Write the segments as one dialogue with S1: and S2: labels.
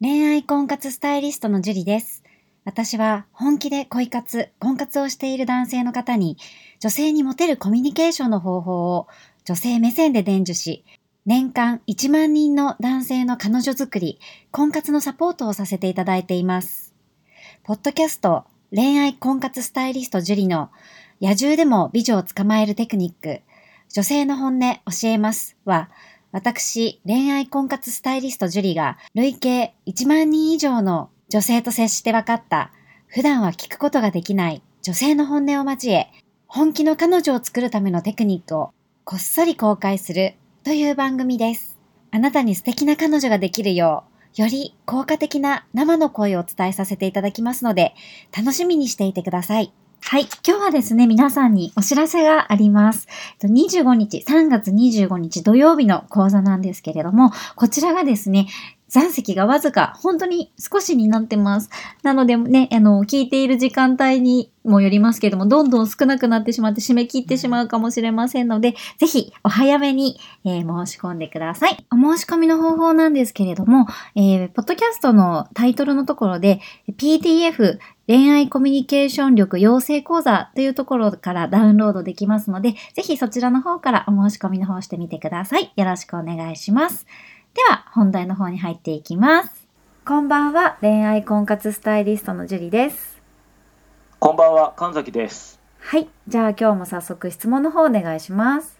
S1: 恋愛婚活スタイリストのジュリです。私は本気で恋活、婚活をしている男性の方に、女性にモテるコミュニケーションの方法を女性目線で伝授し、年間1万人の男性の彼女作り、婚活のサポートをさせていただいています。ポッドキャスト、恋愛婚活スタイリストジュリの野獣でも美女を捕まえるテクニック、女性の本音教えますは、私、恋愛婚活スタイリストジュリが累計1万人以上の女性と接して分かった、普段は聞くことができない女性の本音を交え、本気の彼女を作るためのテクニックをこっそり公開するという番組です。あなたに素敵な彼女ができるよう、より効果的な生の声をお伝えさせていただきますので、楽しみにしていてください。はい。今日はですね、皆さんにお知らせがあります。えっと25日、3月25日土曜日の講座なんですけれども、こちらがですね、残席がわずか、本当に少しになってます。なのでね、あの、聞いている時間帯にもよりますけれども、どんどん少なくなってしまって締め切ってしまうかもしれませんので、ぜひお早めに、えー申し込んでください。お申し込みの方法なんですけれども、えーポッドキャストのタイトルのところで、PTF 恋愛コミュニケーション力養成講座というところからダウンロードできますので、ぜひそちらの方からお申し込みの方をしてみてください。よろしくお願いします。では、本題の方に入っていきます。こんばんは、恋愛婚活スタイリストのジュリです。
S2: こんばんは、神崎です。
S1: はい、じゃあ今日も早速質問の方お願いします。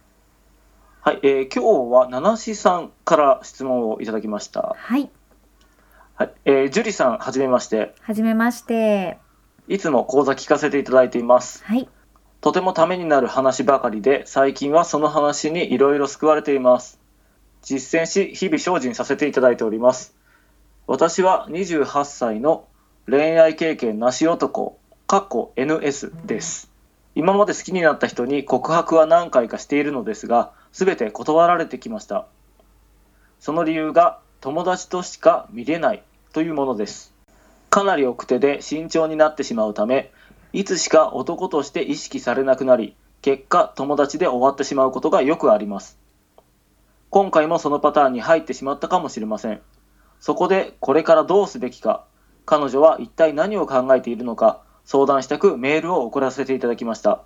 S2: はい、えー今日は七志さんから質問をいただきました。
S1: はい、
S2: はい、えー、樹里さん、はじめまして。
S1: はじめまして。
S2: いつも講座聞かせていただいています。
S1: はい、
S2: とてもためになる話ばかりで、最近はその話にいろいろ救われています。実践し、日々精進させていただいております。私は28歳の恋愛経験なし男、かっこ NS です。今まで好きになった人に告白は何回かしているのですが、すべて断られてきました。その理由が、友達としか見れないというものです。かなり奥手で慎重になってしまうため、いつしか男として意識されなくなり、結果友達で終わってしまうことがよくあります。今回もそのパターンに入ってしまったかもしれません。そこでこれからどうすべきか、彼女は一体何を考えているのか、相談したくメールを送らせていただきました。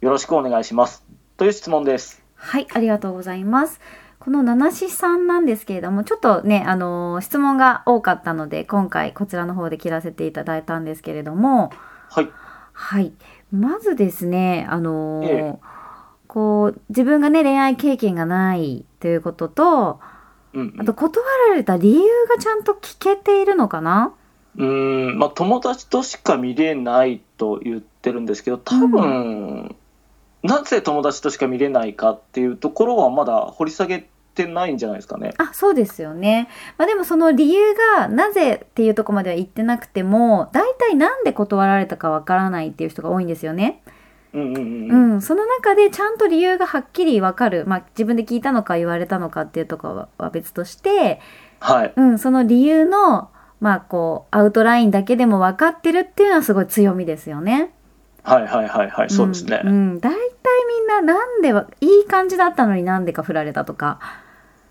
S2: よろしくお願いします。という質問です。
S1: はい、ありがとうございます。この七七さんなんですけれども、ちょっとね、あのー質問が多かったので、今回こちらの方で切らせていただいたんですけれども、
S2: はい。
S1: はい。まずですね、あのー
S2: え
S1: こう、自分がね、恋愛経験がないということと、
S2: うん
S1: あと断られた理由がちゃんと聞けているのかな
S2: うん、うーんまあ、友達としか見れないと言ってるんですけど、多分、なぜ友達としか見れないかっていうところはまだ掘り下げてないんじゃないですかね。
S1: あ、そうですよね。まあでもその理由がなぜっていうとこまでは言ってなくても、大体なんで断られたかわからないっていう人が多いんですよね。
S2: うんうん
S1: う
S2: うん。
S1: ん。その中でちゃんと理由がはっきりわかる。まあ自分で聞いたのか言われたのかっていうところは別として、
S2: はい。
S1: うん、その理由の、まあこう、アウトラインだけでも分かってるっていうのはすごい強みですよね。
S2: はいはいはいはい、そうですね。
S1: うん、うん大体みんななんでは、いい感じだったのになんでか振られたとか。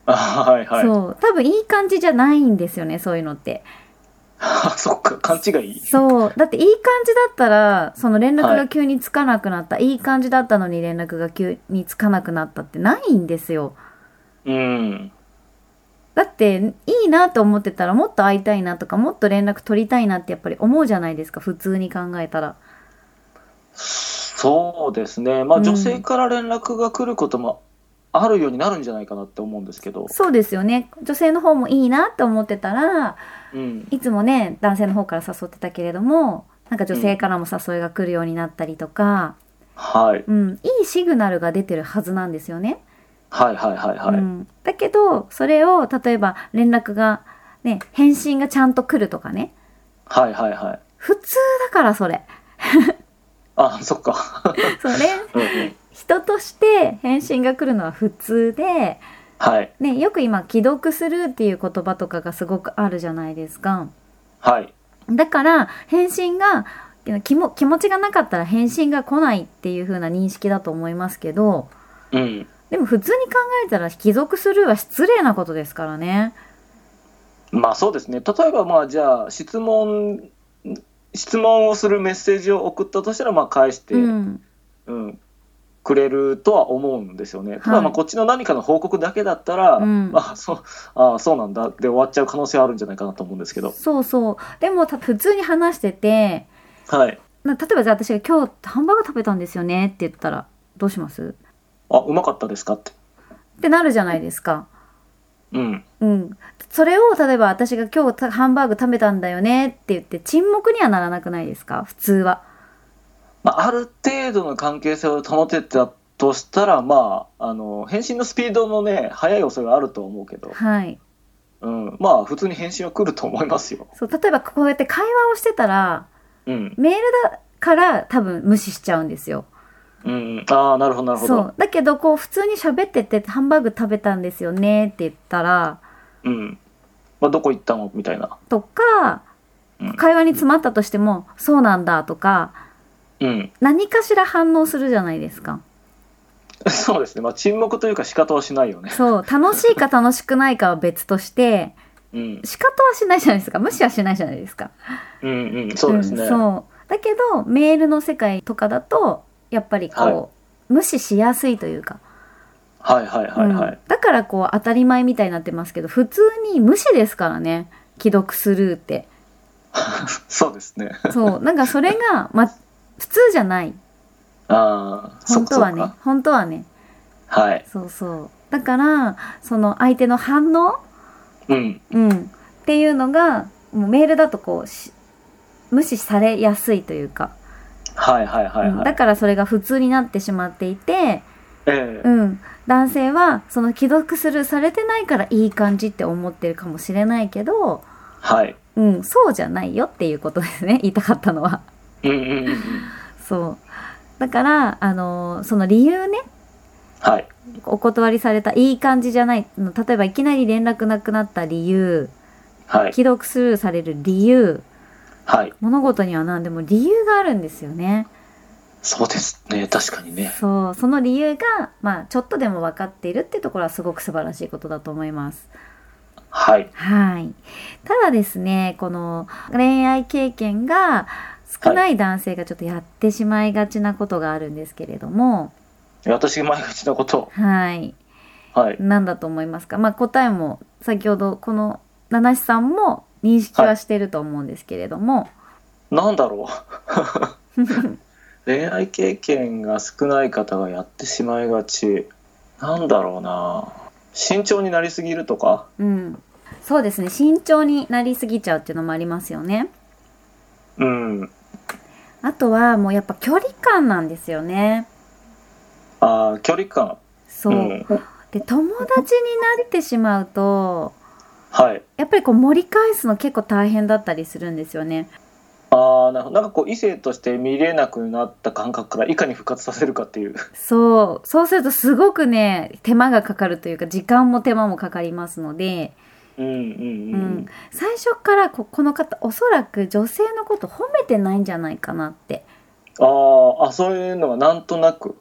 S2: あ はいはい。
S1: そう。多分いい感じじゃないんですよね、そういうのって。
S2: あそっか、勘違い。
S1: そう。だっていい感じだったら、その連絡
S2: は
S1: が
S2: い
S1: 急につかなくなった、い、い感じだったのに連絡が急につかなくなったってないんですよ。
S2: うん。
S1: だって、いいなと思ってたらもっと会いたいなとか、もっと連絡取りたいなってやっぱり思うじゃないですか、普通に考えたら。
S2: そうですね。まあ、
S1: うん
S2: 女性から連絡が来ることもあるようになるんじゃないかなって思うんですけど。
S1: そうですよね。女性の方もいいなって思ってたら、
S2: うん。
S1: いつもね、男性の方から誘ってたけれども、なんか女性からも誘いが来るようになったりとか、
S2: はい。
S1: うん、いいシグナルが出てるはずなんですよね。
S2: はいはいはいは
S1: う
S2: い。
S1: ん、だけどそれを例えば連絡がね返信がちゃんと来るとかね
S2: はいはいはい。
S1: 普通だからそれ
S2: あ、そっか。
S1: それ
S2: うんうん
S1: 人として返信が来るのは普通で、
S2: はい。
S1: ね、よく今「既読する」っていう言葉とかがすごくあるじゃないですか
S2: はい。
S1: だから返信が気も気持ちがなかったら返信が来ないっていう風な認識だと思いますけど
S2: うん。
S1: でも普通に考えたら「既読スルー」は失礼なことですからね
S2: まあそうですね。例えばまあじゃあ質問質問をするメッセージを送ったとしたらまあ返して、うん
S1: ん。
S2: くれるとは思うんですよね。ただ
S1: は
S2: まあ
S1: い
S2: こっちの何かの報告だけだったら、
S1: うん
S2: まあそうあそうなんだで終わっちゃう可能性はあるんじゃないかなと思うんですけど。
S1: そうそう。でも、た普通に話してて、
S2: はい。
S1: な例えばじゃあ私が今日ハンバーガー食べたんですよねって言ったら、どうします
S2: あうまかったですかって。
S1: ってなるじゃないですか。
S2: うん。
S1: うん。それを、例えば私が今日たハンバーグ食べたんだよねって言って、沈黙にはならなくないですか普通は。
S2: まあある程度の関係性を保てたとしたらまああの返信のスピードもね速い遅いはあると思うけど、
S1: はい。
S2: うん、まあ普通に返信は来ると思いますよ。
S1: そう、例えばこうやって会話をしてたら、
S2: うん。
S1: メールだから多分無視しちゃうんですよ。
S2: うん。ああなるほどなるほ
S1: そ
S2: ど。
S1: う。だけど、こう普通に喋ってて、ハンバーグ食べたんですよねって言ったら、
S2: うん。まあどこ行ったのみたいな。
S1: とか
S2: うん、
S1: 会話に詰まったとしても、そうなんだとか、
S2: うん。
S1: 何かしら反応するじゃないですか。
S2: そうですね。まあ沈黙というか仕方はしないよね。
S1: そう、楽しいか楽しくないかは別として、
S2: うん。
S1: 仕方はしないじゃないですか。無視はしないじゃないですか。
S2: うんうん。そうですね。
S1: んそう。だけど、メールの世界とかだと、やっぱりこう、
S2: は
S1: 無視しやすいというか、
S2: はいはいはいは
S1: うん
S2: い。
S1: だからこう、当たり前みたいになってますけど、普通に無視ですからね。既読スルーって。
S2: そうですね。
S1: そう。なんかそれが、ま、普通じゃない。
S2: ああ、そ
S1: 本
S2: っ
S1: 当
S2: かそ
S1: は
S2: っ
S1: ね
S2: か。。
S1: 本当はね。
S2: はい。
S1: そうそう。だから、その相手の反応
S2: うん。
S1: うん。っていうのが、もうメールだとこう、し無視されやすいというか、
S2: はいはいはい
S1: うん
S2: は
S1: だ
S2: い。
S1: からそれが普通になってしまっていて、
S2: ええ。
S1: うん、男性はその既読するされてないからいい感じって思ってるかもしれないけど、
S2: はい。
S1: うん、そうじゃないよっていうことですね 言いたかったのは。
S2: うんうんうんうん。
S1: そうだから、あのーその理由ね
S2: はい。
S1: お断りされたいい感じじゃないの例えばいきなり連絡なくなった理由
S2: はい。
S1: 既読スルーされる理由
S2: はい。
S1: 物事には何でも理由があるんですよね。
S2: そうですね。確かにね。
S1: そうその理由が、まあ、ちょっとでも分かっているってところはすごく素晴らしいことだと思います。
S2: はい。
S1: はい。ただですね、この恋愛経験が少ない男性がちょっとやってしまいがちなことがあるんですけれども、
S2: 私が前がちなこと。
S1: はい。
S2: はい。
S1: 何だと思いますかまあ答えも先ほどこの七七さんも認識はしてると思うんですけれども、
S2: なんだろう。恋愛経験が少ない方がやってしまいがち。なんだろうな。慎重になりすぎるとか。
S1: うん。そうですね、慎重になりすぎちゃうっていうのもありますよね。
S2: うん。
S1: あとはもうやっぱ距離感なんですよね。
S2: ああ、距離感。
S1: そう。
S2: ん。
S1: で、友達になってしまうと、
S2: はい。
S1: やっぱりこう盛り返すの結構大変だったりするんですよね。
S2: ああ、なるほどなんかこう異性として見れなくなった感覚からいかに復活させるかっていう。
S1: そう、そうするとすごくね、手間がかかるというか、時間も手間もかかりますので、
S2: うんうん
S1: う、
S2: うんん。
S1: 最初からここの方、おそらく女性のこと褒めてないんじゃないかなって。
S2: ああ、あ、そういうのがなんとなく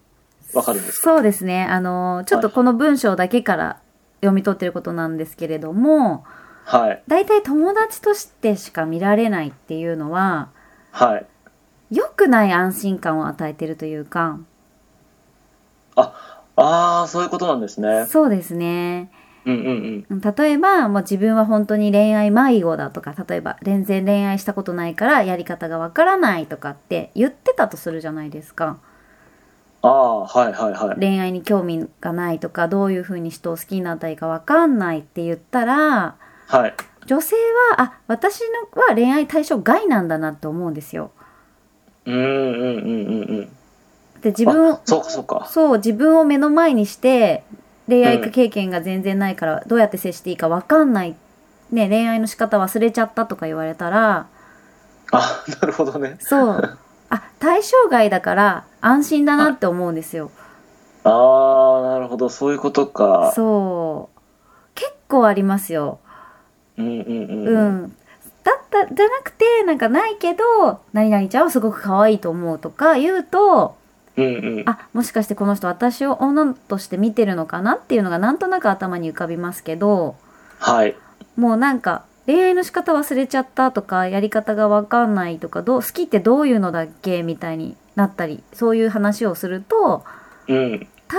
S2: わかるんですか。
S1: そうですね。あの、ちょっとこの文章だけから読み取ってることなんですけれども、
S2: はい。
S1: だいたい友達としてしか見られないっていうのは、
S2: はい。
S1: 良くない安心感を与えてるというか、
S2: ああ、そういうことなんですね。
S1: そうですね。
S2: うんうんうん。
S1: 例えば、もう自分は本当に恋愛迷子だとか、例えば全然恋愛したことないからやり方がわからないとかって言ってたとするじゃないですか。
S2: ああ、はいはいはい。
S1: 恋愛に興味がないとか、どういうふうに人を好きになったらいいかわかんないって言ったら、
S2: はい。
S1: 女性は、あ、私のは恋愛対象外なんだなって思うんですよ。
S2: うんうんうんうんうん。
S1: で、自分を、
S2: そうかそうか。
S1: そう、自分を目の前にして、恋愛経験が全然ないから、どうやって接していいかわかんない。ね、恋愛の仕方忘れちゃったとか言われたら、
S2: あなるほどね。
S1: そう。あ、対象外だから安心だなって思うんですよ。
S2: ああ、なるほど。そういうことか。
S1: そう。結構ありますよ。
S2: うんうんうん。
S1: う
S2: うん
S1: ん。だった、じゃなくて、なんかないけど、何々ちゃんはすごく可愛いと思うとか言うと、
S2: うん
S1: あ、もしかしてこの人私を女として見てるのかなっていうのがなんとなく頭に浮かびますけど、
S2: はい。
S1: もうなんか、恋愛の仕方忘れちゃったとかやり方が分かんないとかどう好きってどういうのだっけみたいになったりそういう話をすると
S2: うん。
S1: 対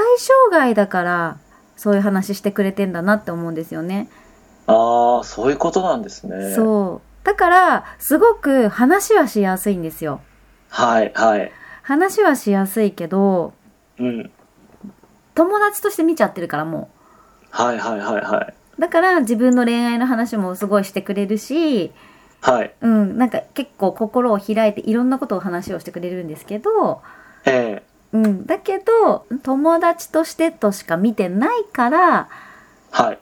S1: 象外だからそういう話してくれてんだなって思うんですよね。
S2: ああ、そういうことなんですね。
S1: そうだからすごく話はしやすいんですよ。
S2: はい、はい。
S1: 話はしやすいけど
S2: うん。
S1: 友達として見ちゃってるからも
S2: はい、はい、はい、はい。
S1: う。だから自分の恋愛の話もすごいしてくれるし
S2: はい。
S1: うん、なんか結構心を開いていろんなことを話をしてくれるんですけど、
S2: ええ
S1: うん、だけど友達としてとしか見てないから
S2: はい。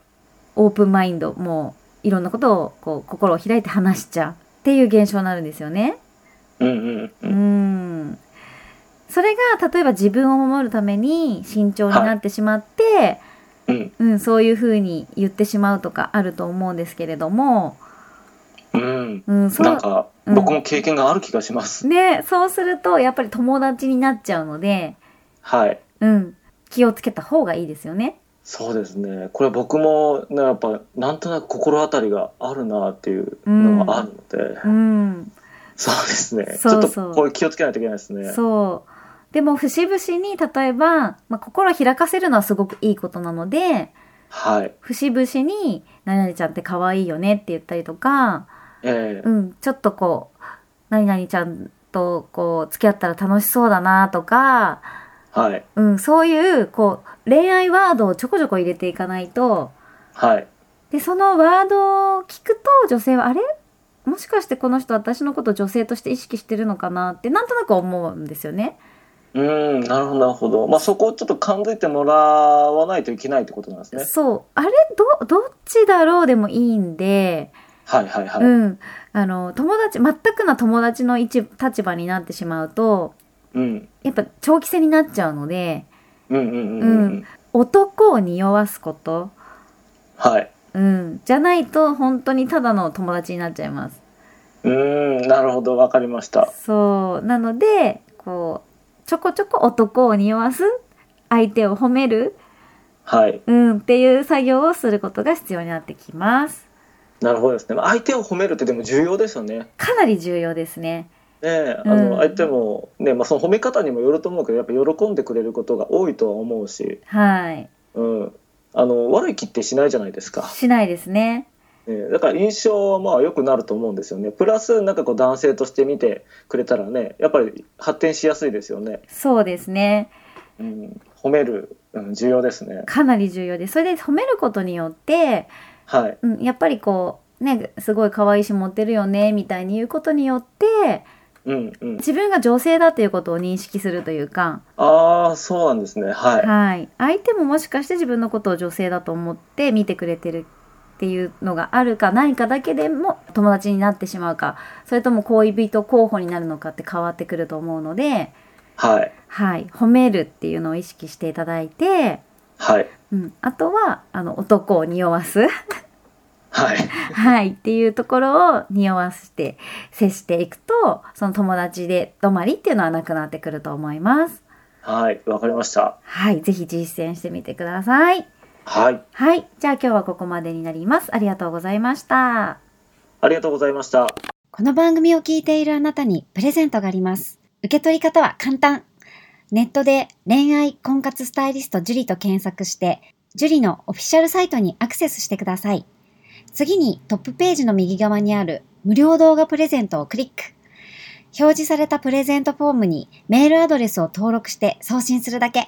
S1: オープンマインドもういろんなことをこう心を開いて話しちゃうっていう現象になるんですよね。
S2: うん、うん、う。
S1: うんん、それが例えば自分を守るために慎重になってしまって、
S2: うん。
S1: うん、そういうふうに言ってしまうとかあると思うんですけれども、
S2: うん。
S1: うん、そ
S2: な
S1: う
S2: んか、
S1: うん
S2: 僕も経験がある気がします。
S1: ね、そうするとやっぱり友達になっちゃうので。
S2: はい。
S1: うん、気をつけた方がいいですよね。
S2: そうですね。これ僕も、ね、やっぱ、なんとなく心当たりがあるなっていうのがあるので、
S1: うん、
S2: そうですね。
S1: そうそう
S2: ちょっとこれ気をつけないといけないですね。
S1: そう。でも節々に例えば、まあ、心を開かせるのはすごくいいことなので
S2: はい。
S1: 節々に「何々ちゃんって可愛いよね」って言ったりとか、
S2: ええ
S1: うん、ちょっとこう「何々ちゃんとこう付き合ったら楽しそうだな」とか、
S2: はい。
S1: うん、そういうこう恋愛ワードをちょこちょこ入れていかないと
S2: はい。
S1: でそのワードを聞くと女性はあれもしかしてこの人私のこと女性として意識してるのかなってなんとなく思うんですよね。
S2: うん、なるほど、なるほど。まあ、そこをちょっと感づいてもらわないといけないってことなんですね。
S1: そうあれどどっちだろうでもいいんで、
S2: はい、はい、はい。
S1: うんあの友達全くの友達の一立場になってしまうと
S2: うん、
S1: やっぱ長期戦になっちゃうので
S2: うん、うん、うん、う。
S1: うん男を匂わすこと、
S2: はい。
S1: うん、じゃないと本当にただの友達になっちゃいます。
S2: うん、なるほど、わかりました。
S1: そうなのでこうちょこちょこ男を匂わす相手を褒める、
S2: はい。
S1: うん、っていう作業をすることが必要になってきます
S2: なるほどですね。まあ相手を褒めるってでも重要ですよね。
S1: かなり重要ですね
S2: ねえ、あ
S1: うん
S2: の相手もね、まあその褒め方にもよると思うけど、やっぱ喜んでくれることが多いとは思うし、
S1: はい
S2: うん。あの悪い気ってしないじゃないですか。
S1: しないですね
S2: ね、だから印象はまあ良くなると思うんですよね。プラスなんかこう男性として見てくれたらね、やっぱり発展しやすいですよね。
S1: そうですね
S2: うん、褒める、うん、重要ですね。
S1: かなり重要ですそれで褒めることによって、
S2: はい。
S1: うん、やっぱりこうねすごい可愛いし持ってるよねみたいに言うことによって
S2: うんうん。
S1: 自分が女性だということを認識するというか
S2: ああ、そうなんですね。はい。
S1: はい、相手ももしかして自分のことを女性だと思って見てくれてるっていうのがあるかないかだけでも友達になってしまうかそれとも恋人候補になるのかって変わってくると思うので、
S2: はい。
S1: はい、褒めるっていうのを意識していただいて、
S2: はい。
S1: うん、あとはあの男を匂わす、
S2: はい。
S1: はい、っていうところを匂わして接していくとその友達で止まりっていうのはなくなってくると思います。
S2: はい。わかりました。
S1: はい、ぜひ実践してみてください。
S2: はい。
S1: はい。じゃあ今日はここまでになります。ありがとうございました。
S2: ありがとうございました。
S3: この番組を聞いているあなたにプレゼントがあります。受け取り方は簡単。ネットで恋愛婚活スタイリスト樹と検索して、樹のオフィシャルサイトにアクセスしてください。次にトップページの右側にある無料動画プレゼントをクリック。表示されたプレゼントフォームにメールアドレスを登録して送信するだけ。